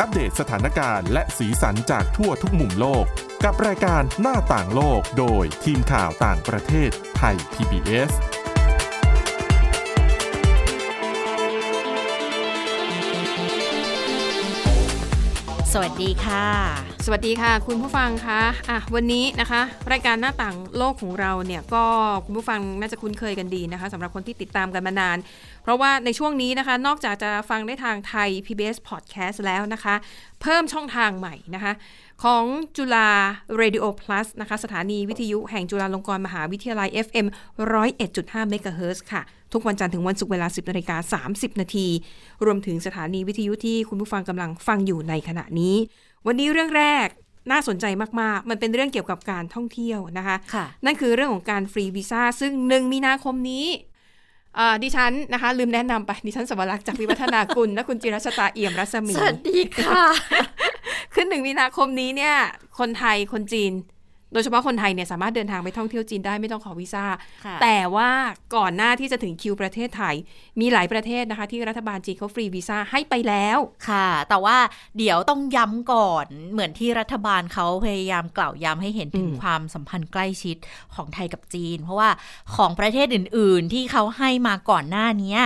อัปเดตสถานการณ์และสีสันจากทั่วทุกมุมโลก กับรายการหน้าต่างโลกโดยทีมข่าวต่างประเทศไทย PBS สวัสดีค่ะ สวัสดีค่ะ คุณผู้ฟังคะอ่ะวันนี้นะคะ รายการหน้าต่างโลกของเราเนี่ยก็คุณผู้ฟังน่าจะคุ้นเคยกันดีนะคะสำหรับคนที่ติดตามกันมานาน เพราะว่าในช่วงนี้นะคะ นอกจากจะฟังได้ทางไทย PBS Podcast แล้วนะคะ เพิ่มช่องทางใหม่นะคะ ของจุฬา Radio Plus นะคะ สถานีวิทยุแห่งจุฬาลงกรณ์มหาวิทยาลัย FM 101.5 เมกะเฮิรตซ์ค่ะ ทุกวันจันทร์ถึงวันศุกร์เวลา 10นาฬิกา30 นาที รวมถึงสถานีวิทยุที่คุณผู้ฟังกำลังฟังอยู่ในขณะนี้ วันนี้เรื่องแรกน่าสนใจมาก ๆ มันเป็นเรื่องเกี่ยวกับการท่องเที่ยวนะคะ ค่ะ นั่นคือเรื่องของการฟรีวีซ่าซึ่งหนึ่งมีนาคมนี้เอ่อดิฉันนะคะ ลืมแนะนำไป ดิฉันสวรักษ์จากวิวัฒนากุล และคุณจิรัชตาเอี่ยมรัศมี สวัสดีค่ะ ขึ้นหนึ่งมีนาคมนี้เนี่ย คนไทยคนจีน โดยเฉพาะคนไทยเนี่ยสามารถเดินทางไปท่องเที่ยวจีนได้ไม่ต้องขอวีซ่า ค่ะ แต่ว่าก่อนหน้าที่จะถึงคิวประเทศไทย มีหลายประเทศนะคะ ที่รัฐบาลจีนเขาฟรีวีซ่าให้ไปแล้ว ค่ะ แต่ว่าเดี๋ยวต้องย้ำก่อนเหมือนที่รัฐบาลเขาพยายามกล่าวย้ำให้เห็นถึง อืม ความสัมพันธ์ใกล้ชิดของไทยกับจีน เพราะว่าของประเทศอื่น ๆ ที่เขาให้มาก่อนหน้าเนี้ย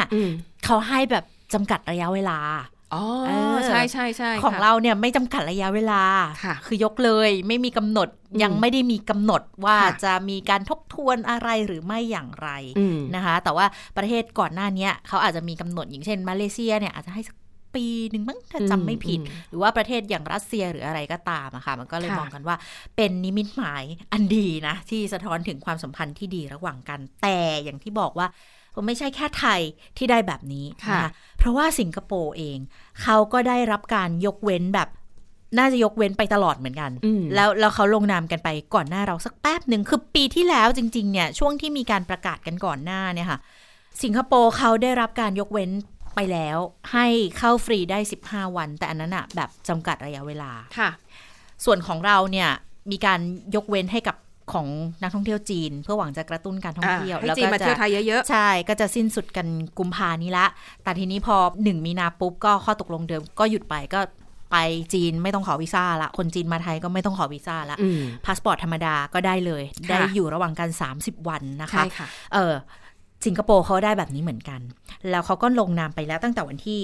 เขาให้แบบจำกัดระยะเวลา ๋อ เออ ใช่ใช่ใช่ ของ ค่ะ เราเนี่ยไม่จำกัดระยะเวลา ค่ะ อยกเลยไม่มีกำหนด อืม ยังไม่ได้มีกำหนดว่า ค่ะ จะมีการทบทวนอะไรหรือไม่อย่างไร อืม นะคะแต่ว่าประเทศก่อนหน้าเนี้ยเขาอาจจะมีกำหนดอย่างเช่น มาเลเซียเนี่ยอาจจะให้สักปีหนึ่งมั้งถ้าจำไม่ผิด หรือว่าประเทศอย่างรัสเซียหรืออะไรก็ตามอะค่ะมันก็เลย ค่ะ มองกันว่าเป็นนิมิตหมายอันดีนะ ที่สะท้อนถึงความสัมพันธ์ที่ดีระหว่างกันแต่อย่างที่บอกว่าไม่ใช่แค่ไทยที่ได้แบบนี้นเพราะว่าสิงคโปร์เองเขาก็ได้รับการยกเว้นแบบน่าจะยกเว้นไปตลอดเหมือนกัน อืม แล้วแล้วเขาลงนามกันไปก่อนหน้าเราสักแป๊บหนึ่งคือปีที่แล้วจริง ๆ เนี่ย ช่วงที่มีการประกาศกันก่อนหน้าเนี่ยค่ะ สิงคโปร์เขาได้รับการยกเว้นไปแล้ว ให้เข้าฟรีได้ 15 วัน แต่อันนั้นอะแบบจำกัดระยะเวลา ค่ะ ส่วนของเราเนี่ย มีการยกเว้นให้กับของนักท่องเที่ยวจีน เพื่อหวังจะกระตุ้นการท่องเที่ยว อ่าให้ แล้ว จีน ก็ มา จะ เที่ยวไทยเยอะ ใช่ ก็จะสิ้นสุดกันกุมภานี้ละ แต่ทีนี้พอหนึ่งมีนาปุ๊บก็ข้อตกลงเดิมก็หยุดไปก็ไปจีนไม่ต้องขอวีซ่าละ คนจีนมาไทยก็ไม่ต้องขอวีซ่าละ ๆ อืม พาสปอร์ตธรรมดาก็ได้เลย ค่ะ ได้อยู่ระหว่างการ 30 วันนะ ใช่ คะ ค่ะ เออสิงคโปร์เขาได้แบบนี้เหมือนกัน แล้วเขาก็ลงนามไปแล้วตั้งแต่วันที่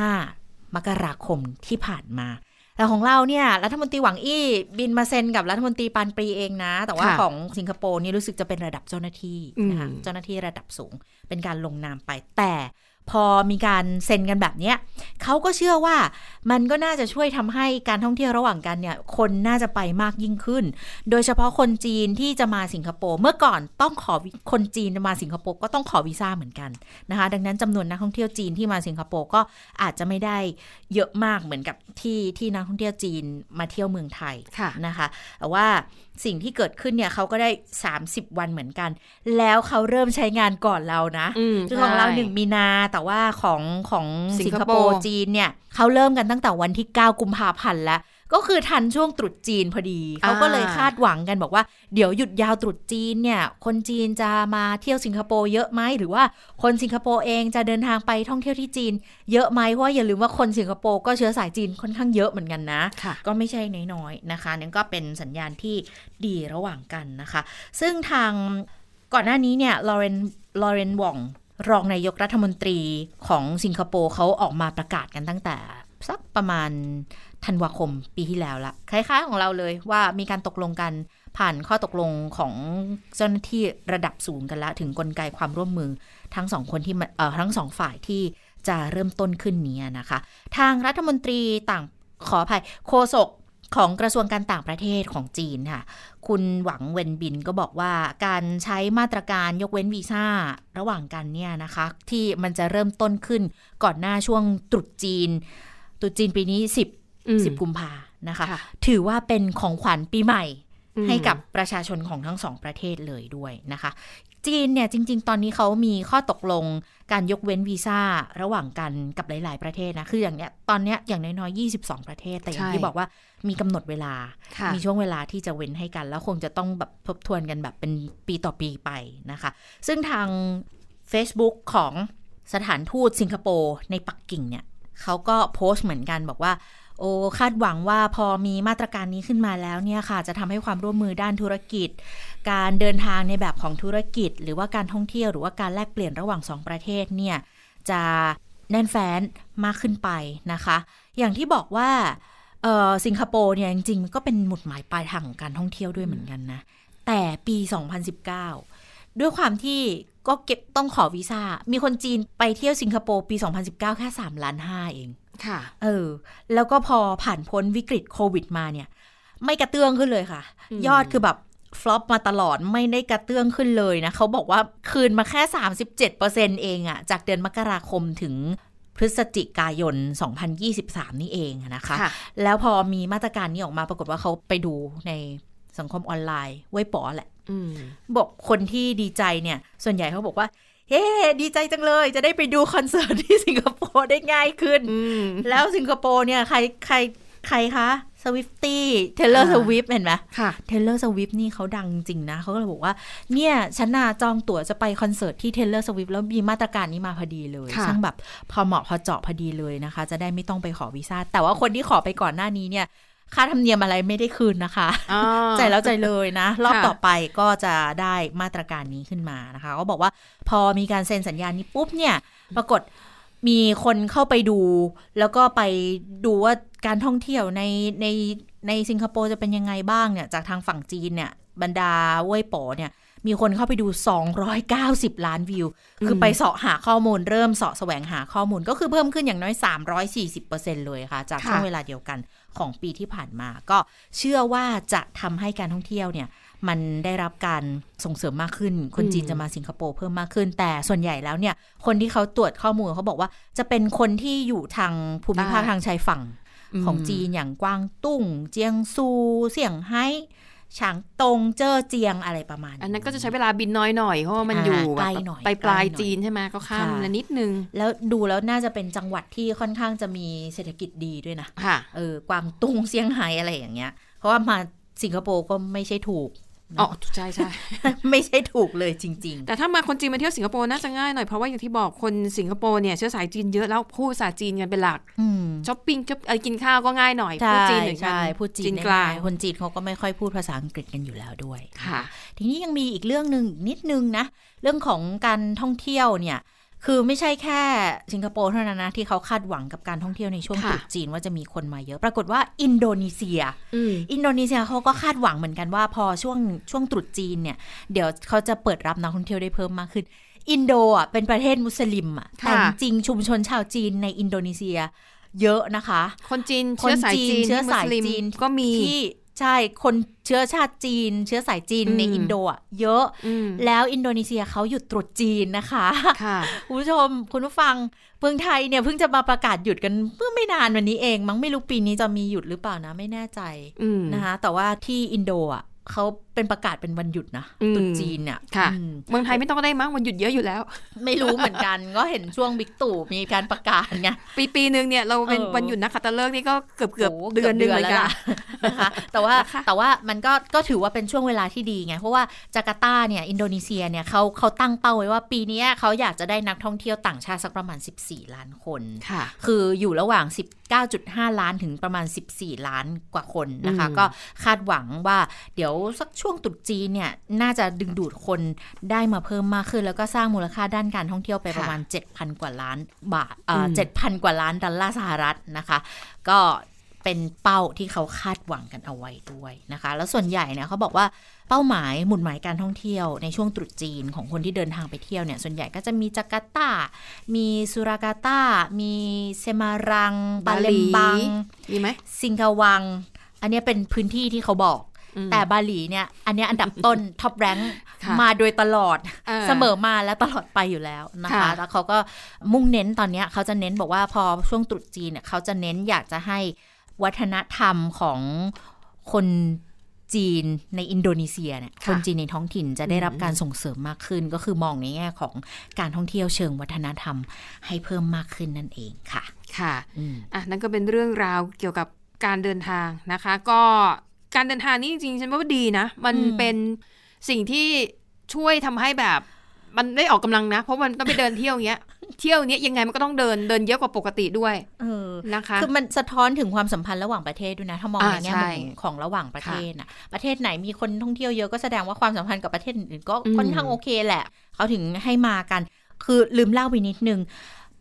25 มกราคมที่ผ่านมา แต่ของเราเนี่ยรัฐมนตรีหวังอี้บินมาเซ็นกับรัฐมนตรีปานปรีเองนะ แต่ว่า ค่ะ ของสิงคโปร์นี่รู้สึกจะเป็นระดับเจ้าหน้าที่นะคะ อืม เจ้าหน้าที่ระดับสูง เป็นการลงนามไป แต่พอมีการเซ็นกันแบบเนี้ยเขาก็เชื่อว่ามันก็น่าจะช่วยทำให้การท่องเที่ยวระหว่างกันเนี่ยคนน่าจะไปมากยิ่งขึ้น โดยเฉพาะคนจีนที่จะมาสิงคโปร์เมื่อก่อนต้องขอวิคนจีนจะมาสิงคโปร์ก็ต้องขอวีซ่าเหมือนกันนะคะ ดังนั้นจำนวนนักท่องเที่ยวจีนที่มาสิงคโปร์ก็อาจจะไม่ได้เยอะมากเหมือนกับที่ที่นักท่องเที่ยวจีนมาเที่ยวเมืองไทย ค่ะ นะคะแต่ว่าสิ่งที่เกิดขึ้นเนี่ยเขาก็ได้ 30 วันเหมือนกัน แล้วเขาเริ่มใช้งานก่อนเรานะ อืม คือของเรา ใช่ หนึ่งมีนาแต่ว่าของของ สิง สิง ค ค โป โป ร์ ร์จีนเนี่ยเขาเริ่มกันตั้งแต่วันที่ 9 กุมภาพันธ์แล้ว ก็คือทันช่วงตรุษจีนพอดี เขาก็เลยคาดหวังกันบอกว่าเดี๋ยวหยุดยาวตรุษจีนเนี่ย คนจีนจะมาเที่ยวสิงคโปร์เยอะไหมหรือว่าคนสิงคโปร์เองจะเดินทางไปท่องเที่ยวที่จีน เยอะไหมเพราะว่าอย่าลืมว่าคนสิงคโปร์ก็เชื้อสายจีนค่อนข้างเยอะเหมือนกันนะ ค่ะ ก็ไม่ใช่น้อยๆนะคะนั่นก็เป็นสัญญาณที่ดีระหว่างกันนะคะ ซึ่งทางก่อนหน้านี้เนี่ยลอเรนลอเรนวองรองนายกรัฐมนตรีของสิงคโปร์เขาออกมาประกาศกันตั้งแต่สักประมาณธันวาคมปีที่แล้วละคล้ายๆของเราเลยว่ามีการตกลงกันผ่านข้อตกลงของเจ้าหน้าที่ระดับสูงกันละถึงกลไกความร่วมมือทั้งสองคนที่มาเอ่อทั้งสองฝ่ายที่จะเริ่มต้นขึ้นเนี้นะคะ ทางรัฐมนตรีต่างขออภัยโฆษกของกระทรวงการต่างประเทศของจีนค่ะ คุณหวังเวนบินก็บอกว่าการใช้มาตรการยกเว้นวีซ่าระหว่างกันเนี่ยนะคะ ที่มันจะเริ่มต้นขึ้นก่อนหน้าช่วงตรุษจีนตรุษจีนปีนี้ 10 อืม 10กุมภานะคะ ค่ะ ถือว่าเป็นของขวัญปีใหม่ อืม ให้กับประชาชนของทั้งสองประเทศเลยด้วยนะคะ จีนเนี่ยจริง ๆ ตอนนี้เขามีข้อตกลงการยกเว้นวีซ่าระหว่างกันกับหลาย ๆ ประเทศนะ คืออย่างเนี้ยตอนเนี้ยอย่างน้อยๆ 22 ประเทศ แต่อย่างที่ ใช่ บอกว่ามีกำหนดเวลา ค่ะ มีช่วงเวลาที่จะเว้นให้กัน แล้วคงจะต้องแบบทบทวนกันแบบเป็นปีต่อปีไปนะคะ ซึ่งทาง Facebook ของสถานทูตสิงคโปร์ในปักกิ่งเนี่ย เขาก็โพสต์เหมือนกันบอกว่า โอ้คาดหวังว่าพอมีมาตรการนี้ขึ้นมาแล้วเนี่ยค่ะ จะทำให้ความร่วมมือด้านธุรกิจ การเดินทางในแบบของธุรกิจ หรือว่าการท่องเที่ยวหรือว่าการแลกเปลี่ยนระหว่างสองประเทศเนี่ยจะแน่นแฟ้นมากขึ้นไปนะคะ อย่างที่บอกว่าเอ่อสิงคโปร์เนี่ยจริงๆก็เป็นหมุดหมายปลายทางของการท่องเที่ยวด้วยเหมือนกันนะ แต่ปี 2019 ด้วยความที่ก็เก็บต้องขอวีซ่า มีคนจีนไปเที่ยวสิงคโปร์ปี 2019 แค่ 3 ล้าน 5 เอง ค่ะ เออ แล้วก็พอผ่านพ้นวิกฤตโควิดมาเนี่ย ไม่กระเตื้องขึ้นเลยค่ะ อืม ยอดคือแบบฟลอปมาตลอดไม่ได้กระเตื้องขึ้นเลยนะ เขาบอกว่าคืนมาแค่ 37%เองอะจากเดือนมกราคมถึงพฤศจิกายน 2023 นี่เองอะนะคะ ค่ะ แล้วพอมีมาตรการนี้ออกมาปรากฏว่าเขาไปดูในสังคมออนไลน์ไว้ป๋อแหละ อืม บอกคนที่ดีใจเนี่ย ส่วนใหญ่เขาบอกว่า เฮ้ดีใจจังเลยจะได้ไปดูคอนเสิร์ตที่สิงคโปร์ได้ง่ายขึ้น อืม แล้วสิงคโปร์เนี่ย ใครใครใครคะสวิฟตี้เทเลอร์ส อ่า วิฟเห็นไหม ค่ะ เทเลอร์สวิฟนี่เขาดังจริงนะ เขาก็เลยบอกว่า เนี่ย ฉันน่ะจองตั๋วจะไปคอนเสิร์ตที่เทเลอร์สวิฟแล้วมีมาตรการนี้มาพอดีเลย ค่ะ ช่างแบบพอเหมาะพอเจาะพอดีเลยนะคะ จะได้ไม่ต้องไปขอวีซ่า แต่ว่าคนที่ขอไปก่อนหน้านี้เนี่ย ค่าธรรมเนียมอะไรไม่ได้คืนนะคะ อ๋อ ใจแล้วใจเลยนะ รอบ ค่ะ ต่อไปก็จะได้มาตรการนี้ขึ้นมานะคะ ก็บอกว่าพอมีการเซ็นสัญญานี้ปุ๊บเนี่ย ปรากฏมีคนเข้าไปดู แล้วก็ไปดูว่าการท่องเที่ยวในในในสิงคโปร์จะเป็นยังไงบ้างเนี่ยจากทางฝั่งจีนเนี่ย บรรดาเว่ยป๋อเนี่ย มีคนเข้าไปดู 290 ล้านวิว คือไปเสาะหาข้อมูลเริ่มเสาะแสวงหาข้อมูลก็คือเพิ่มขึ้นอย่างน้อย 340%เลยค่ะ จาก ค่ะ ช่วงเวลาเดียวกันของปีที่ผ่านมา ก็เชื่อว่าจะทำให้การท่องเที่ยวเนี่ย มันได้รับการส่งเสริมมากขึ้น คนจีนจะมาสิงคโปร์เพิ่มมากขึ้น แต่ส่วนใหญ่แล้วเนี่ย คนที่เขาตรวจข้อมูลเขาบอกว่าจะเป็นคนที่อยู่ทางภูมิภาคทางชายฝั่ง ของจีนอย่างกวางตุ้ง เจียงซู เสี่ยงไฮ้ฉางตงเจ้อเจียงอะไรประมาณ อันนั้นก็จะใช้เวลาบินน้อยหน่อยเพราะว่ามันอยู่ อ่าใกล้ แบบ หน่อย ไปปลาย ใกล้หน่อย จีนใช่ไหมก็ข้าม ค่ะ ละนิดนึง แล้วดูแล้วน่าจะเป็นจังหวัดที่ค่อนข้างจะมีเศรษฐกิจดีด้วยนะ ค่ะ เออกวางตุ้งเซี่ยงไฮ้อะไรอย่างเงี้ย เพราะว่ามาสิงคโปร์ก็ไม่ใช่ถูก อ๋อ ใช่ใช่ ไม่ใช่ถูกเลยจริง แต่ถ้ามาคนจีนมาเที่ยวสิงคโปร์น่าจะง่ายหน่อย เพราะว่าอย่างที่บอกคนสิงคโปร์เนี่ยเชื้อสายจีนเยอะแล้วพูดภาษาจีนกันเป็นหลัก ๆ อืม ช้อปปิ้งช้อปเอ่อกินข้าวก็ง่ายหน่อยพูด ใช่ จีนเหมือนกัน ใช่พูดจีน จีน ได้ กลาง ง่ยคนจีนเขาก็ไม่ค่อยพูดภาษาอังกฤษกันอยู่แล้วด้วย ค่ะ ทีนี้ยังมีอีกเรื่องหนึ่งอีกนิดนึงนะ เรื่องของการท่องเที่ยวเนี่ย คือไม่ใช่แค่สิงคโปร์เท่านั้นนะที่เขาคาดหวังกับการท่องเที่ยวในช่วง ค่ะ ตรุษจีนว่าจะมีคนมาเยอะ ปรากฏว่าอินโดนีเซีย อืม อินโดนีเซียเขาก็คาดหวังเหมือนกันว่าพอช่วงช่วงตรุษจีนเนี่ย เดี๋ยวเขาจะเปิดรับนักท่องเที่ยวได้เพิ่มมากขึ้น อินโดอ่ะเป็นประเทศมุสลิมอ่ะแต่ ค่ะ จริงๆชุมชนชาวจีนในอินโดนีเซีย เยอะนะคะ คนจีน คน เชื้อสาย จีน จีน เชื้อสาย มุลิม จีน ก็มี ที่ใช่คนเชื้อชาติจีน เชื้อสายจีนใน อืม อินโดอ่ะเยอะ อืม แล้วอินโดนีเซียเขาหยุดตรุษจีนนะคะ ค่ะ คุณผู้ชมคุณผู้ฟังเมืองไทยเนี่ยเพิ่งจะมาประกาศหยุดกันเพิ่งไม่นานวันนี้เอง มั้งไม่รู้ปีนี้จะมีหยุดหรือเปล่านะไม่แน่ใจ อืม นะคะ แต่ว่าที่อินโดอ่ะเขาเป็นประกาศเป็นวันหยุดนะ อืม ตรุษจีนเนี่ย ค่ะ อืม เมืองไทยไม่ต้องก็ได้มั้งวันหยุดเยอะอยู่แล้ว ไม่รู้เหมือนกัน ก็เห็นช่วงบิ๊กตู่มีการประกาศไง ปีปีหนึ่งเนี่ยเราเป็น เออ วันหยุดนักขัตฤกษ์นี่ก็เกือบเกือบ โ เดือนหนึ่ง กืบ เลย แล้ว ค่ะ ล่ะนะคะแต่ว่า นะคะ แต่ว่ามันก็ก็ถือว่าเป็นช่วงเวลาที่ดีไง เพราะว่าจาการ์ตาเนี่ยอินโดนีเซียเนี่ยเขาเขาตั้งเป้าไว้ว่าปีเนี้ยเขาอยากจะได้นักท่องเที่ยวต่างชาติสักประมาณ 14 ล้านคน ค่ะ คืออยู่ระหว่าง 19.5 ล้านถึงประมาณ 14 ล้านกว่าคนนะคะ อืม ก็คาดหวังว่าเดี๋ยวสักช่วงตรุษจีนเนี่ย น่าจะดึงดูดคนได้มาเพิ่มมากขึ้น แล้วก็สร้างมูลค่าด้านการท่องเที่ยวไปประมาณ 7,000 กว่าล้านบาทเอ่ออ7,000 กว่าล้านดอลลาร์สหรัฐนะคะ ก็เป็นเป้าที่เขาคาดหวังกันเอาไว้ด้วยนะคะ แล้วส่วนใหญ่เนี่ยเขาบอกว่าเป้าหมายหมุดหมายการท่องเที่ยวในช่วงตรุษจีนของคนที่เดินทางไปเที่ยวเนี่ยส่วนใหญ่ก็จะมีจาการ์ตา มีสุรากาตา มีเซมารัง บาเลมบัง มีไหม ซิงคาวัง อันเนี้ยเป็นพื้นที่ที่เขาบอก อืม แต่บาหลีเนี่ย อันเนี้ยอันดับต้ น ท็อปแรง ค่ะ มาโดยตลอด เออ เสมอมาและตลอดไปอยู่แล้วนะคะ ค่ะ แล้วเขาก็มุ่งเน้นตอนเนี้ยเขาจะเน้นบอกว่าพอช่วงตรุษจีนเนี่ยเขาจะเน้นอยากจะให้วัฒนธรรมของคนจีนในอินโดนีเซียเนี่ย ค่ะ คนจีนในท้องถิ่นจะได้รับการส่งเสริมมากขึ้น ก็คือมองในแง่ของการท่องเที่ยวเชิงวัฒนธรรมให้เพิ่มมากขึ้นนั่นเองค่ะ ค่ะ อืม อ่ะนั่นก็เป็นเรื่องราวเกี่ยวกับการเดินทางนะคะ ก็การเดินทางนี่จริงๆฉันว่าดีนะ มัน อืม เป็นสิ่งที่ช่วยทำให้แบบ มันได้ออกกำลังนะ เพราะมันต้องไปเดินเที่ยวอย่างเงี้ย เที่ยวเนี้ยยังไงมันก็ต้องเดินเดินเยอะกว่าปกติด้วย เออ นะคะ คือมันสะท้อนถึงความสัมพันธ์ระหว่างประเทศด้วยนะถ้ามอง อ่า ในแง่ ใช่ มุมของระหว่างประเทศนะประเทศไหนมีคนท่องเที่ยวเยอะก็แสดงว่าความสัมพันธ์กับประเทศอื่นๆก็ อืม ค่อนข้างโอเคแหละ เขาถึงให้มากัน คือลืมเล่าไปนิดนึง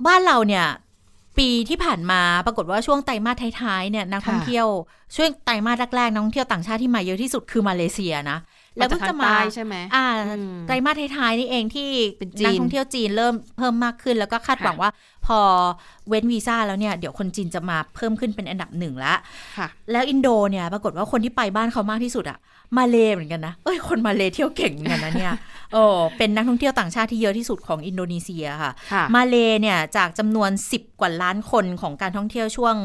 บ้านเราเนี่ย ปีที่ผ่านมาปรากฏว่าช่วงไตรมาสท้ายๆเนี่ยนักท่องเที่ยวช่วงไตรมาสแรกๆนักท่องเที่ยวต่างชาติที่มาเยอะที่สุดคือมาเลเซียนะแล้วเพิ่งจะ จกท มา ใต้ใช่ไหม อ่า อืม ไตรมาสท้ายๆนี่เองที่ เป็นจีน นักท่องเที่ยวจีนเริ่มเพิ่มมากขึ้น แล้วก็คาด ค่ะ หวังว่าพอเว้นวีซ่าแล้วเนี่ย เดี๋ยวคนจีนจะมาเพิ่มขึ้นเป็นอันดับหนึ่งละ ค่ะ แล้วอินโดเนี่ยปรากฏว่าคนที่ไปบ้านเขามากที่สุดอะมาเลเหมือนกันนะเอ้ยคนมาเลเที่ยวเก่งเหมือนกันนะ เนี่ยโอ้เป็นนักท่องเที่ยวต่างชาติที่เยอะที่สุดของอินโดนีเซียค่ะ ค่ะ มาเลเนี่ยจากจำนวน 10 กว่าล้านคนของการท่องเที่ยวช่วง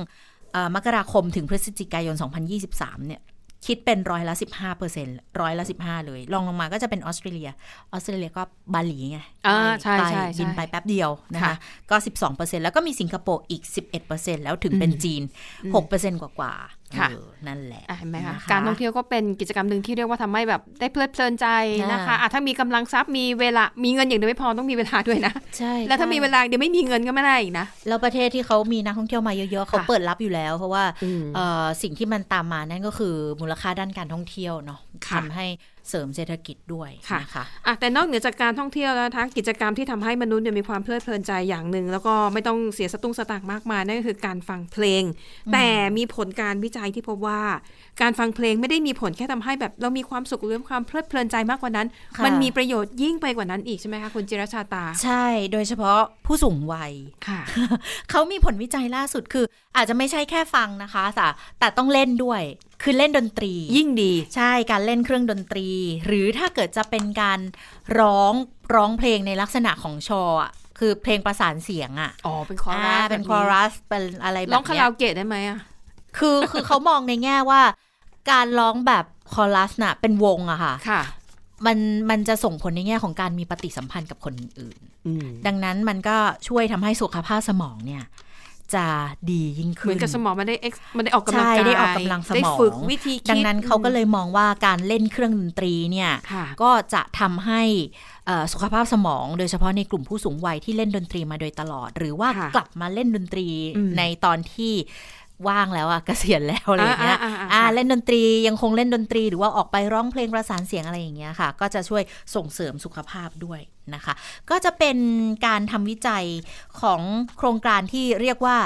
เอ่อมกราคมถึงพฤศจิกายน 2023 เนี่ย คิดเป็นร้อยละ 15เปอร์เซ็นต์ร้อยละ 15 เลยรองลงมาก็จะเป็นออสเตรเลีย ออสเตรเลียก็บาหลีไง อ่าใช่ ไป ใช่ บิน ใช่ ไปแป๊บเดียวนะคะ ค่ะ ก็ 12เปอร์เซ็นต์แล้วก็มีสิงคโปร์อีก 11เปอร์เซ็นต์แล้วถึงเป็น อืม จีน อืม 6เปอร์เซ็นต์กว่าๆ ค่ะ เออนั่นแหละ อ่ะเห็นไหมคะ นะคะ การท่องเที่ยวก็เป็นกิจกรรมหนึ่งที่เรียกว่าทำให้แบบได้เพลิดเพลินใจนะคะ อ่า อ่ะถ้ามีกำลังทรัพย์มีเวลา มีเงินอย่างเดียวไม่พอต้องมีเวลาด้วยนะ ใช่ แล้วถ้ามีเวลาเดี๋ยวไม่มีเงินก็ไม่ได้อีกนะ แล้วประเทศที่เขามีนักท่องเที่ยวมาเยอะๆเขา ค่ะ เปิดรับอยู่แล้วเพราะว่า อืม เอ่อสิ่งที่มันตามมานั่นก็คือมูลค่าด้านการท่องเที่ยวเนาะ ค่ะ ทำให้เสริมเศรษฐกิจด้วย ค่ะ นะคะ อ่ะแต่นอกเหนือจากการท่องเที่ยวแล้วนะคะกิจกรรมที่ทำให้มนุษย์เนี่ยมีความเพลิดเพลินใจอย่างหนึ่ง แล้วก็ไม่ต้องเสียสตุ้งสตางค์มากมายนั่นก็คือการฟังเพลง แต่มีผลการวิจัยที่พบว่า การฟังเพลงไม่ได้มีผลแค่ทำให้แบบเรามีความสุขหรือความเพลิดเพลินใจมากกว่านั้น ค่ะ มันมีประโยชน์ยิ่งไปกว่านั้นอีกใช่ไหมคะคุณจิรชาตา ใช่โดยเฉพาะผู้สูงวัย ค่ะ เขามีผลวิจัยล่าสุดคือ อาจจะไม่ใช่แค่ฟังนะคะแต่แต่ต้องเล่นด้วย คือเล่นดนตรี ยิ่งดี ใช่การเล่นเครื่องดนตรี หรือถ้าเกิดจะเป็นการร้องร้องเพลงในลักษณะของชออะคือเพลงประสานเสียงอะ อ๋อ เป็นคอรั อ่า ส เป็นคอรัสเป็นอะไรแบบ ร้อง เนี้ย คาราโอเกะได้ไหมอ่ะ คือ คือเขามองในแง่ว่า การร้องแบบคอรัสน่ะเป็นวงอะค่ะ ค่ะ มันมันจะส่งผลในแง่ของการมีปฏิสัมพันธ์กับคนอื่น อืม ดังนั้นมันก็ช่วยทำให้สุขภาพสมองเนี่ย จะดียิ่ง เหขึ้มือน นกับสมองมันได้ ex- มันได้ออกกำลังกาย ใช่ได้ออกกำลังสมอง ได้ฝึกวิธีคิด ดังนั้นเขาก็เลยมองว่าการเล่นเครื่องดนตรีเนี่ย ค่ะ ก็จะทำให้เอ่อสุขภาพสมอง โดยเฉพาะในกลุ่มผู้สูงวัยที่เล่นดนตรีมาโดยตลอด หรือว่า ค่ะ กลับมาเล่นดนตรี อืม ในตอนที่ว่างแล้วอะเกษียณแล้วอะไรอย่างเงี้ย อ่าอ่าอ่า อ่า ค่ะ เล่นดนตรียังคงเล่นดนตรีหรือว่าออกไปร้องเพลงประสานเสียงอะไรอย่างเงี้ยค่ะ ก็จะช่วยส่งเสริมสุขภาพด้วยนะคะ ก็จะเป็นการทำวิจัยของโครงการที่เรียกว่า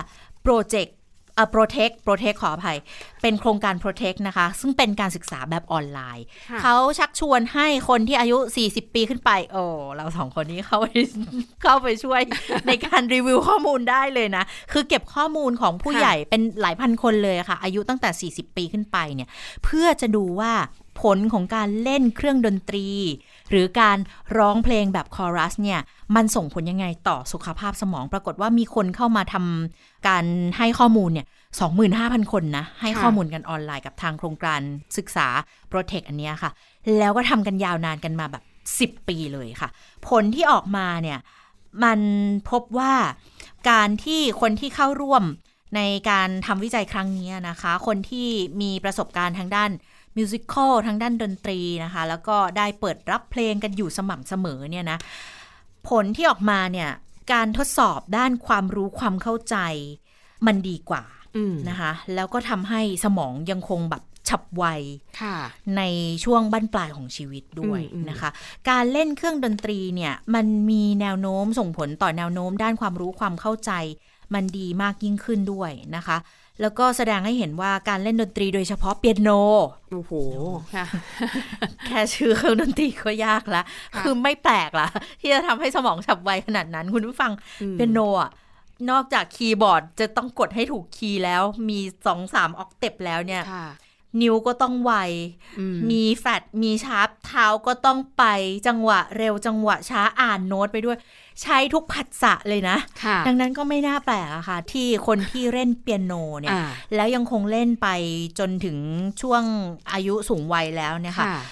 โปรเจกต์เอ่อ protect protect ขออภัย เป็นโครงการ protect นะคะ ซึ่งเป็นการศึกษาแบบออนไลน์ ค่ะ เขาชักชวนให้คนที่อายุ 40 ปีขึ้นไป โอ้ เราสองคนนี้เข้าไป เข้าไปช่ วย ในการรีวิวข้อมูลได้เลยนะ คือเก็บข้อมูลของผู้ ค่ะ ใหญ่เป็นหลายพันคนเลยค่ะ อายุตั้งแต่ 40 ปีขึ้นไปเนี่ย เพื่อจะดูว่าผลของการเล่นเครื่องดนตรี หรือการร้องเพลงแบบคอรัสเนี่ย มันส่งผลยังไงต่อสุขภาพสมอง ปรากฏว่ามีคนเข้ามาทำการให้ข้อมูลเนี่ย 25,000 คนนะ ให้ ค่ะ ข้อมูลกันออนไลน์กับทางโครงการศึกษา Protect อันเนี้ยค่ะ แล้วก็ทำกันยาวนานกันมาแบบ 10 ปีเลยค่ะ ผลที่ออกมาเนี่ย มันพบว่าการที่คนที่เข้าร่วมในการทำวิจัยครั้งนี้นะคะ คนที่มีประสบการณ์ทางด้านมิวสิควลทางด้านดนตรีนะคะ แล้วก็ได้เปิดรับเพลงกันอยู่สม่ำเสมอเนี่ยนะ ผลที่ออกมาเนี่ย การทดสอบด้านความรู้ความเข้าใจมันดีกว่า อืม นะคะแล้วก็ทำให้สมองยังคงแบบฉับไว ค่ะ ในช่วงบั้นปลายของชีวิตด้วย อืมอืม นะคะ การเล่นเครื่องดนตรีเนี่ย มันมีแนวโน้มส่งผลต่อแนวโน้มด้านความรู้ความเข้าใจ มันดีมากยิ่งขึ้นด้วยนะคะ แล้วก็แสดงให้เห็นว่าการเล่นดนตรีโดยเฉพาะเปียโน โอ้โห ค่ะ แค่ชื่อเครื่องดนตรีก็ยากละ ค่ะ คือไม่แปลกละที่จะทำให้สมองฉับไวขนาดนั้น คุณผู้ฟัง อืม เปียโนอ่ะ นอกจากคีย์บอร์ดจะต้องกดให้ถูกคีย์แล้ว มีสองสามออกเต็ปแล้วเนี่ย ค่ะ นิ้วก็ต้องไว อืม มีแฟดมีชาร์ปเท้าก็ต้องไปจังหวะเร็วจังหวะช้าอ่านโน้ตไปด้วย ใช้ทุกผัสสะเลยนะ ค่ะ ดังนั้นก็ไม่น่าแปลกอะค่ะ ที่คนที่เล่นเปียโนเนี่ย อ่า แล้วยังคงเล่นไปจนถึงช่วงอายุสูงวัยแล้วเนี่ยค่ะ ค่ะ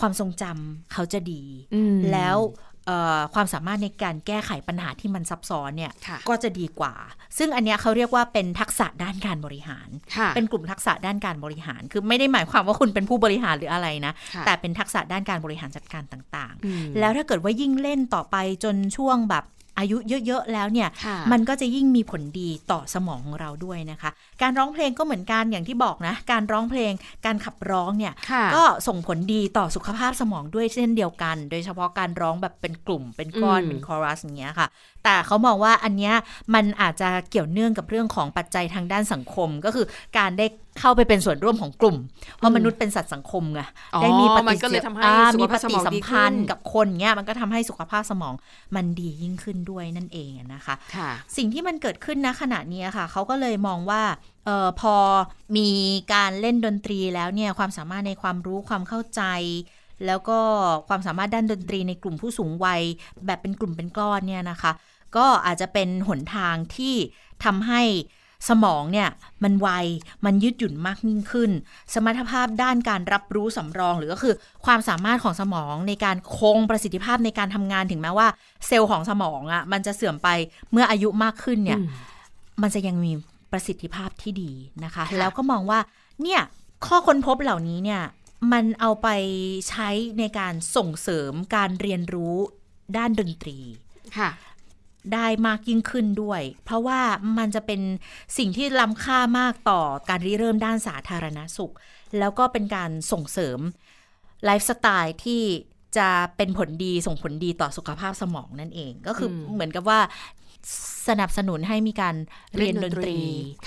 ความทรงจำเขาจะดี อืม แล้ว เอ่อความสามารถในการแก้ไขปัญหาที่มันซับซ้อนเนี่ย ค่ะ ก็จะดีกว่า ซึ่งอันเนี้ยเขาเรียกว่าเป็นทักษะด้านการบริหาร ค่ะ เป็นกลุ่มทักษะด้านการบริหาร คือไม่ได้หมายความว่าคุณเป็นผู้บริหารหรืออะไรนะ ค่ะ แต่เป็นทักษะด้านการบริหารจัดการต่าง อืม ๆ แล้วถ้าเกิดว่ายิ่งเล่นต่อไปจนช่วงแบบอายุเยอะๆแล้วเนี่ย ค่ะ มันก็จะยิ่งมีผลดีต่อสมองของเราด้วยนะคะ การร้องเพลงก็เหมือนกันอย่างที่บอกนะ การร้องเพลง การขับร้องเนี่ย ค่ะ ก็ส่งผลดีต่อสุขภาพสมองด้วยเช่นเดียวกัน โดยเฉพาะการร้องแบบเป็นกลุ่ม เป็นก้อน อืม เป็นคอรัสอย่างเงี้ยค่ะ แต่เขามองว่าอันเนี้ยมันอาจจะเกี่ยวเนื่องกับเรื่องของปัจจัยทางด้านสังคม ก็คือการได้เข้าไปเป็นส่วนร่วมของกลุ่ม เพราะมนุษย์เป็นสัตว์สังคมไง อ๋อ ได้มีป มั ฏิ นก็เลยทำให้ อ่า สุข มีป ภาพส ฏิ มอง สัม ดี พั ขึ้ น น ธ์กับคนเงี้ยมันก็ทำให้สุขภาพสมองมันดียิ่งขึ้นด้วยนั่นเองอะนะคะ ค่ะ สิ่งที่มันเกิดขึ้นณขณะนี้ค่ะ เขาก็เลยมองว่าเออพอมีการเล่นดนตรีแล้วเนี่ยความสามารถในความรู้ความเข้าใจ แล้วก็ความสามารถด้านดนตรีในกลุ่มผู้สูงวัย แบบเป็นกลุ่มเป็นก้อนเนี่ยนะคะ ก็อาจจะเป็นหนทางที่ทำให้สมองเนี่ยมันไวมันยืดหยุ่นมากยิ่งขึ้น สมรรถภาพด้านการรับรู้สำรองหรือก็คือความสามารถของสมองในการคงประสิทธิภาพในการทำงานถึงแม้ว่า เซลล์ของสมองอะ่ะมันจะเสื่อมไปเมื่ออายุมากขึ้นเนี่ย มันจะยังมีประสิทธิภาพที่ดีนะคะ ค่ะ แล้วก็มองว่าเนี่ยข้อค้นพบเหล่านี้เนี่ยมันเอาไปใช้ในการส่งเสริมการเรียนรู้ด้านดนตรี ค่ะ ได้มากยิ่งขึ้นด้วย เพราะว่ามันจะเป็นสิ่งที่ล้ำค่ามากต่อการริเริ่มด้านสาธารณสุข แล้วก็เป็นการส่งเสริมไลฟ์สไตล์ที่จะเป็นผลดีส่งผลดีต่อสุขภาพสมองนั่นเอง ก็คืออ ม เหมือนกับว่าสนับสนุนให้มีการเรียนดนตรี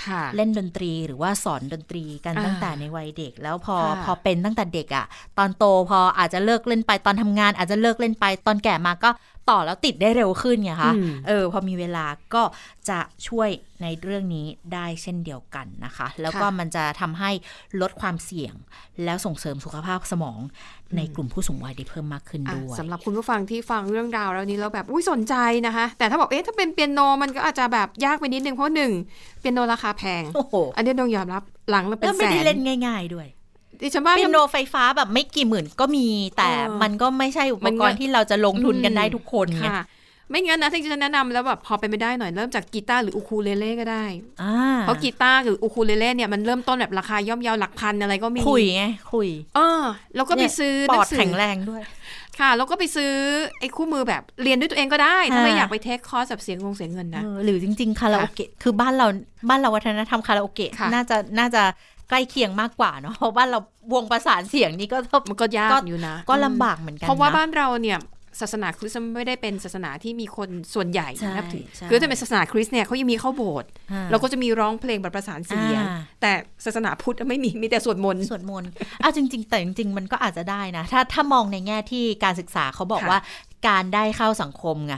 ค่ะ เล่นดนตรีหรือว่าสอนดนตรีกัน อ่า ตั้งแต่ในวัยเด็ก แล้วพอ ค่ะ พอเป็นตั้งแต่เด็กอะ่ะ ตอนโตพออาจจะเลิกเล่นไปตอนทำงาน อาจจะเลิกเล่นไปตอนแก่มาก็ต่อแล้วติดได้เร็วขึ้นไงคะ อืม เออพอมีเวลาก็จะช่วยในเรื่องนี้ได้เช่นเดียวกันนะคะ แล้วก็มันจะทำให้ลดความเสี่ยง แล้วส่งเสริมสุขภาพสมองในกลุ่มผู้สูงวัยได้เพิ่มมากขึ้น อ่ะ ด้วย สำหรับคุณผู้ฟังที่ฟังเรื่องราวแล้วนี้แล้วแบบอุ้ยสนใจนะคะ แต่ถ้าบอกเอ๊ะถ้าเป็นเปียโนมันก็อาจจะแบบยากไปนิดนึงเพราะหนึ่งเปียโนราคาแพง โอ้โห อันนี้ต้องยอมรับหลังละเป็น แล้ว แส ไม่ได้ น เล่นง่าย ๆด้วย ดิฉันว่า เปียโนไฟฟ้าแบบไม่กี่หมื่นก็มีแต่ เออ มันก็ไม่ใช่อุป มัน ก ก็ รณ์ที่เราจะลงทุนกันได้ทุกคนไง ค่ะ ไม่งั้นนะที่จะแนะนำแล้วแบบพอไปนไม่ได้หน่อยเริ่มจากกีตาร์หรืออูคูเลเล่ก็ได้ อ่า เพราะกีตาร์หรืออูคูเลเล่เนี่ยมันเริ่มต้นแบบราคาย่อมเยาวหลักพันอะไรก็มี คุยไงคุย เออแล้วก็ไปซื้อ ป ห อ นั ด งสื แข็งแรงด้วย ค่ะ แล้วก็ไปซื้อไอ้คู่มือแบบเรียนด้วยตัวเองก็ได้ถ้าไม่ อ่า อยากไปเทคคอร์สแบบเสียงงงเสียเงินนะ เออหรือจริง ๆ คาราโอเกะคือบ้านเราบ้านเราวัฒนธรรมคาราโอเกะ ค่ะ น่าจะน่าจะใกล้เคียงมากกว่าเนาะเพราะบ้านเราวงประสานเสียงนี่ก็ต้อง มันก็ยากอยู่นะ ก็ลำบากเหมือนกัน เพราะว่า นะ บ้านเราเนี่ยศาสนาคริสต์ไม่ได้เป็นศาสนาที่มีคนส่วนใหญ่ ใช่ นับถือ ใช่ คือถ้าเป็นศาสนาคริสต์เนี่ยเขายังมีเข้าโบสถ์ อ่ เราก็จะมีร้องเพลงแบบประสานเสียง อ่า แต่ศาสนาพุทธไม่มีมีแต่สวดมนต์ สวดมนต์เอาจริง ๆ แต่จริง ๆ มันก็อาจจะได้นะ ถ้าถ้ามองในแง่ที่การศึกษาเขาบอก ค่ะ ว่าการได้เข้าสังคมไง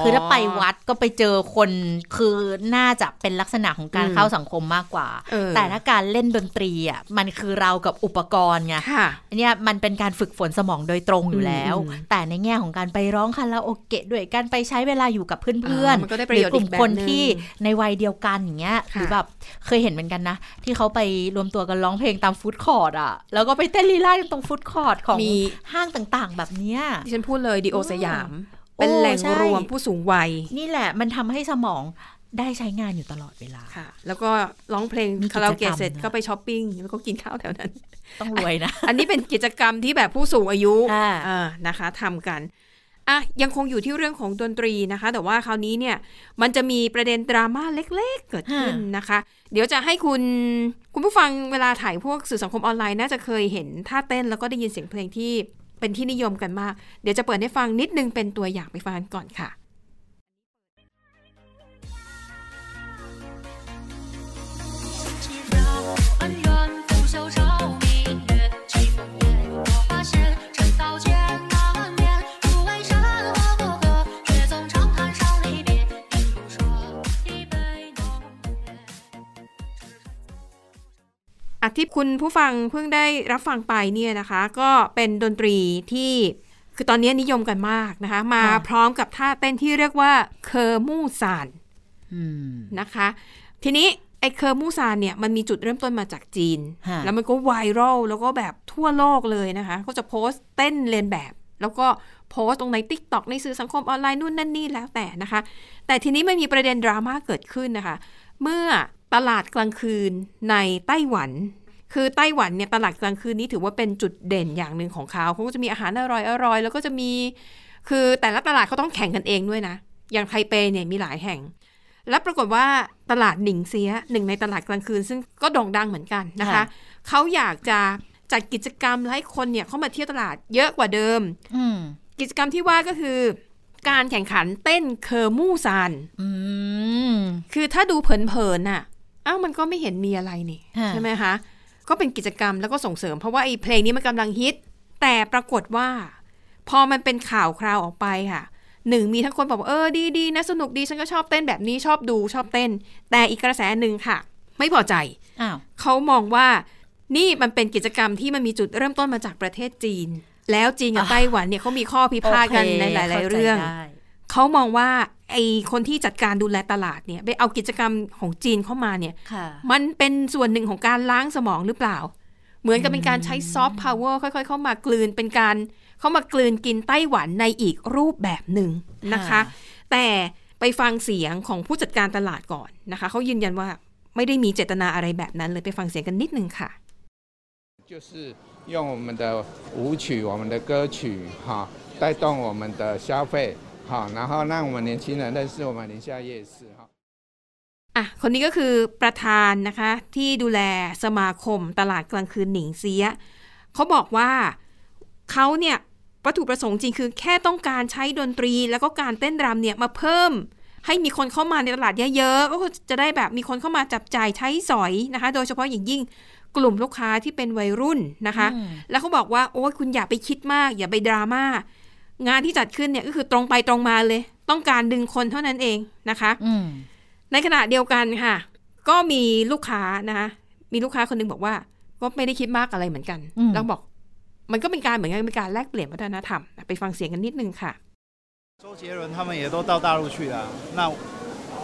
คือถ้าไปวัดก็ไปเจอคนคือน่าจะเป็นลักษณะของการ อืม เข้าสังคมมากกว่า เออ แต่ถ้าการเล่นดนตรีอ่ะมันคือเรากับอุปกรณ์ไง ค่ะ อันเนี่ยมันเป็นการฝึกฝนสมองโดยตรงอยู่แล้ว อืม แต่ในแง่ของการไปร้องคาราโอเกะด้วยการไปใช้เวลาอยู่กับเพื่อน อ่ามันก็ได้ ๆ ประโยชน์ กลุ่ม อีกแบบ คน หนึ่ง ที่ในวัยเดียวกันอย่างเงี้ยห ค่ะ รือแบบเคยเห็นเหมือนกันนะ ที่เขาไปรวมตัวกันร้องเพลงตามฟู้ดคอร์ดอ่ะแล้วก็ไปเต้นลีลากันตรงฟู้ดคอร์ดของ มี ห้างต่างๆ แบบเนี้ย ดิฉันพูดเลยดีโอ โอ้ สยาม เป็นแหล่ง ใช่ รวมผู้สูงวัย นี่แหละมันทำให้สมองได้ใช้งานอยู่ตลอดเวลา ค่ะ แล้วก็ร้องเพลง มีกิจกรรม คาราโอเกะเสร็จ นะ ก็ไปช้อปปิ้งแล้วก็กินข้าวแถวนั้น ต้องรวยนะ อันนี้เป็นกิจกรรมที่แบบผู้สูงอายุ อ่า อ่านะคะทำกันอ่ะยังคงอยู่ที่เรื่องของดนตรีนะคะ แต่ว่าคราวนี้เนี่ยมันจะมีประเด็นดราม่าเล็ก ๆ เกิดขึ้นนะคะ เดี๋ยวจะให้คุณคุณผู้ฟังเวลาถ่ายพวกสื่อสังคมออนไลน์น่าจะเคยเห็นท่าเต้นแล้วก็ได้ยินเสียงเพลงที่เป็นที่นิยมกันมาก เดี๋ยวจะเปิดให้ฟังนิดนึงเป็นตัวอย่างไปฟังกันก่อนค่ะ 气让恩怨不朽臭名远，清烟落花现，尘扫间难眠。如为山河过客，却总长叹伤离别。一如说一杯浓烈。 อะที่คุณผู้ฟังเพิ่งได้รับฟังไปเนี่ยนะคะ ก็เป็นดนตรีที่คือตอนนี้นิยมกันมากนะคะ มา ค่ะ พร้อมกับท่าเต้นที่เรียกว่าเคอร์มูซาน อืม นะคะ ทีนี้ไอ้เคอร์มูซานเนี่ยมันมีจุดเริ่มต้นมาจากจีน ฮะ แล้วมันก็ไวรัลแล้วก็แบบทั่วโลกเลยนะคะ ก็จะโพสต์เต้นเลียนแบบ แล้วก็ โพสต์ตรงใน t ิ k t o k ในสื่อสังคมออนไลน์นู่นนั่นนี่แล้วแต่นะคะ แต่ทีนี้มันมีประเด็นดราม่าเกิดขึ้นนะคะ เมื่อตลาดกลางคืนในไต้หวัน คือไต้หวันเนี่ยตลาดกลางคืนนี้ถือว่าเป็นจุดเด่นอย่างหนึ่งของเขาเขาก็จะมีอาหารอร่อยๆ แล้วก็จะมี คือแต่ละตลาดเขาต้องแข่งกันเองด้วยนะ อย่างไทเปเนี่ยมีหลายแห่ง และปรากฏว่าตลาดหนิงเซียหนึ่งในตลาดกลางคืน ซึ่งก็โด่งดังเหมือนกันนะคะ ค่ะ เขาอยากจะจัดกิจกรรมและให้คนเนี่ยเข้ามาเที่ยวตลาดเยอะกว่าเดิม อืม กิจกรรมที่ว่าก็คือ การแข่งขันเต้นเคอร์มูซาน อืม คือถ้าดูเผินๆน่ะ อ้าวมันก็ไม่เห็นมีอะไรนี่ ฮะ ใช่ไหมคะ ก็เป็นกิจกรรมแล้วก็ส่งเสริม เพราะว่าไอ้เพลงนี้มันกำลังฮิต แต่ปรากฏว่า พอมันเป็นข่าวคราวออกไปค่ะหนึ่งมีทั้งคนบอกว่าเออดีดีๆนะสนุกดีฉันก็ชอบเต้นแบบนี้ชอบดูชอบเต้น แต่อีกกระแสหนึ่งค่ะ ไม่พอใจ อ้าว เขามองว่านี่มันเป็นกิจกรรมที่มันมีจุดเริ่มต้นมาจากประเทศจีน แล้วจีนกับไต้หวันเนี่ยเขามีข้อพิพาทกันในหลาย โค ๆ เรื่อง ข้าใจได้ เขามองว่าไอคนที่จัดการดูแลตลาดเนี่ยไปเอากิจกรรมของจีนเข้ามาเนี่ย ค่ะ มันเป็นส่วนหนึ่งของการล้างสมองหรือเปล่า เหมือนกับเป็นการใช้ซอฟต์พาวเวอร์ค่อย ๆ เข้ามากลืนเป็นการเข้ามากลืนกินไต้หวันในอีกรูปแบบหนึ่งนะคะ ค่ะ แต่ไปฟังเสียงของผู้จัดการตลาดก่อนนะคะ เขายืนยันว่าไม่ได้มีเจตนาอะไรแบบนั้นเลยไปฟังเสียงกันนิดนึงค่ะ 就是用我们的舞曲、我们的歌曲，哈，带动我们的消费，好，然后让我们年轻人认识我们宁夏夜市，哈。 อ่ะ คนนี้ก็คือประธานนะคะ ที่ดูแลสมาคมตลาดกลางคืนหนิงเซียเขาบอกว่าเขาเนี่ยวัตถุประสงค์จริงคือแค่ต้องการใช้ดนตรี แล้วก็การเต้นรำเนี่ยมาเพิ่ม ให้มีคนเข้ามาในตลาดเยอะๆก็จะได้แบบมีคนเข้ามาจับจ่ายใช้สอยนะคะ โดยเฉพาะอย่างยิ่งกลุ่มลูกค้าที่เป็นวัยรุ่นนะคะ อืม แล้วเขาบอกว่าโอ้ยคุณอย่าไปคิดมาก อย่าไปดราม่างานที่จัดขึ้นเนี่ยก็คือตรงไปตรงมาเลย ต้องการดึงคนเท่านั้นเองนะคะ อืม ในขณะเดียวกันค่ะ ก็มีลูกค้านะคะมีลูกค้าคนหนึงบอกว่า ก็ไม่ได้คิดมากอะไรเหมือนกันแล้วบอก มันก็เป็นการเหมือนกันเป็นการแลกเปลี่ยนวัฒนธรรมไปฟังเสียงกันนิดนึงค่ะ 周杰伦他们也都到大陆去了啊、那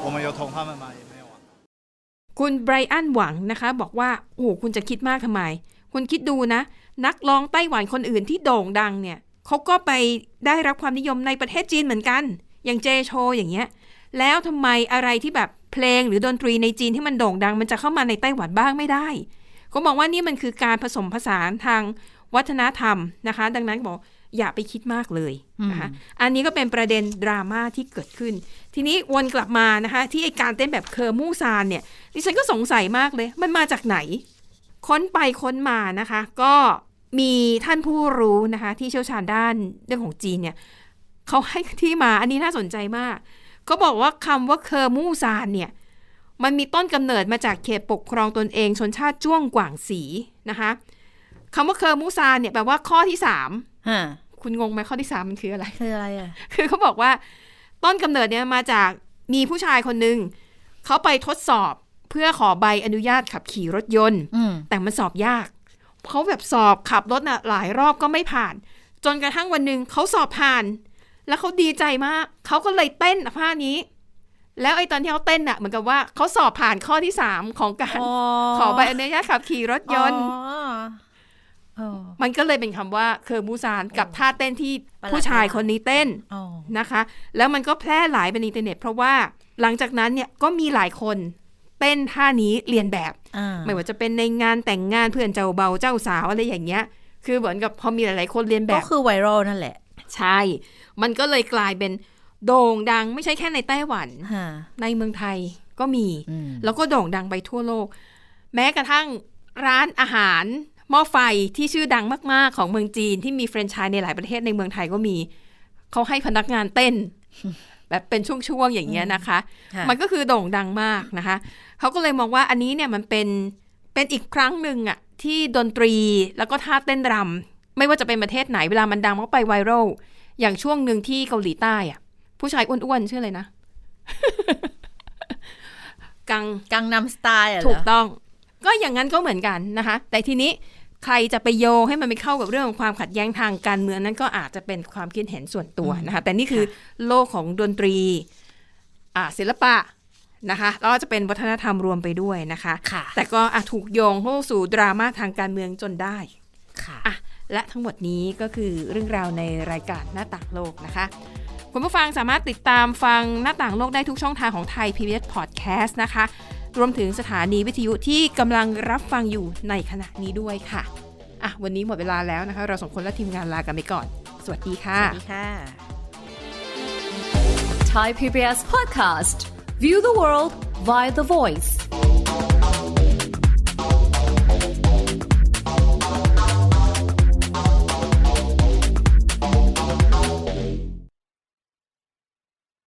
我们有捅他们吗？也没有啊。 คุณไบรอันหวังนะคะ บอกว่าโอ้โหคุณจะคิดมากทำไม คุณคิดดูนะ นักร้องไต้หวันคนอื่นที่โด่งดังเนี่ยเขาก็ไปได้รับความนิยมในประเทศจีนเหมือนกัน อย่างเจโชอย่างเงี้ย แล้วทำไมอะไรที่แบบเพลงหรือดนตรีในจีนที่มันโด่งดัง มันจะเข้ามาในไต้หวันบ้างไม่ได้ ก็มองว่านี่มันคือการผสมผสานทางวัฒนธรรมนะคะ ดังนั้นบอกอย่าไปคิดมากเลยนะคะอันนี้ก็เป็นประเด็นดราม่าที่เกิดขึ้น ทีนี้วนกลับมานะคะ ที่ไอการเต้นแบบเคอร์มูซานเนี่ยดิฉันก็สงสัยมากเลย มันมาจากไหน ค้นไปค้นมานะคะ ก็มีท่านผู้รู้นะคะ ที่เชี่ยวชาญด้านเรื่องของจีนเนี่ยเขาให้ที่มาอันนี้น่าสนใจมาก ก็บอกว่าคำว่าเคอร์มูซานเนี่ย มันมีต้นกำเนิดมาจากเขตปกครองตนเองชนชาติจ้วงกว่างสีนะคะคำว่าเคอร์มูซานเนี่ยแปลว่าข้อที่สาม ฮะ คุณงงไหมข้อที่สามมันคืออะไร คืออะไรอ่ะ คือเขาบอกว่าต้นกำเนิดเนี่ยมาจากมีผู้ชายคนหนึ่งเขาไปทดสอบเพื่อขอใบอนุญาตขับขี่รถยนต์ อืม แต่มันสอบยาก เขาแบบสอบขับรถน่ะหลายรอบก็ไม่ผ่าน จนกระทั่งวันหนึ่งเขาสอบผ่าน แล้วเขาดีใจมาก เขาก็เลยเต้นท่านี้ แล้วไอ้ตอนที่เขาเต้นน่ะเหมือนกับว่าเขาสอบผ่านข้อที่สามของการ ขอใบอนุญาตขับขี่รถยนต์ อ๋อเออ มันก็เลยเป็นคำว่าเคอร์มูซานกับท่าเต้นที่ ประหลาด ผู้ชายคนนี้เต้น อ๋อ นะคะ แล้วมันก็แพร่หลายไปในอินเทอร์เน็ต เพราะว่าหลังจากนั้นเนี่ยก็มีหลายคนเต้นท่านี้เรียนแบบ อ่า ไม่ว่าจะเป็นในงานแต่งงานเพื่อนเจ้าเบาเจ้าสาวอะไรอย่างเงี้ย คือเหมือนกับพอมีหลายๆคนเรียนแบ ก็ บ คือไวรัลนั่นแหละ ใช่ มันก็เลยกลายเป็นโด่งดังไม่ใช่แค่ในไต้หวัน ฮะ ในเมืองไทยก็มี อืม แล้วก็โด่งดังไปทั่วโลก แม้กระทั่งร้านอาหารหม้อไฟที่ชื่อดังมาก ๆ ของเมืองจีนที่มีแฟรนไชส์ในหลายประเทศในเมืองไทยก็มี เขาให้พนักงานเต้น แบบเป็นช่วง ๆ อย่างเงี้ยนะคะ ค่ะ มันก็คือโด่งดังมากนะคะ เขาก็เลยมองว่าอันนี้เนี่ยมันเป็นเป็นอีกครั้งหนึ่งอะที่ดนตรีแล้วก็ท่าเต้นรำไม่ว่าจะเป็นประเทศไหนเวลามันดังมันก็ไปไวรัลอย่างช่วงหนึ่งที่เกาหลีใต้อะผู้ชายอ้วนๆชื่ออะไร นะ กัง กังนำสไตล์อะเหรอ ถูกต้อง ก็อย่างนั้นก็เหมือนกันนะคะ แต่ทีนี้ใครจะไปโยงให้มันไปเข้ากับเรื่องของความขัดแย้งทางการเมืองนั้นก็อาจจะเป็นความคิดเห็นส่วนตัวนะคะ แต่นี่คือโลกของดนตรีอ่าศิลปะนะคะแล้วก็จะเป็นวัฒนธรรมรวมไปด้วยนะคะ ค่ะ แต่ก็อ่ะถูกโยงเข้าสู่ดราม่าทางการเมืองจนได้ ค่ะ อ่ะ และทั้งหมดนี้ก็คือเรื่องราวในรายการหน้าต่างโลกนะคะ คุณผู้ฟังสามารถติดตามฟังหน้าต่างโลกได้ทุกช่องทางของไทย PBS Podcast นะคะ รวมถึงสถานีวิทยุที่กำลังรับฟังอยู่ในขณะนี้ด้วยค่ะ อ่ะ วันนี้หมดเวลาแล้วนะคะ เราสองคนและทีมงานลากันไปก่อน สวัสดีค่ะ สวัสดีค่ะ Thai PBS podcast. View the world via the voice.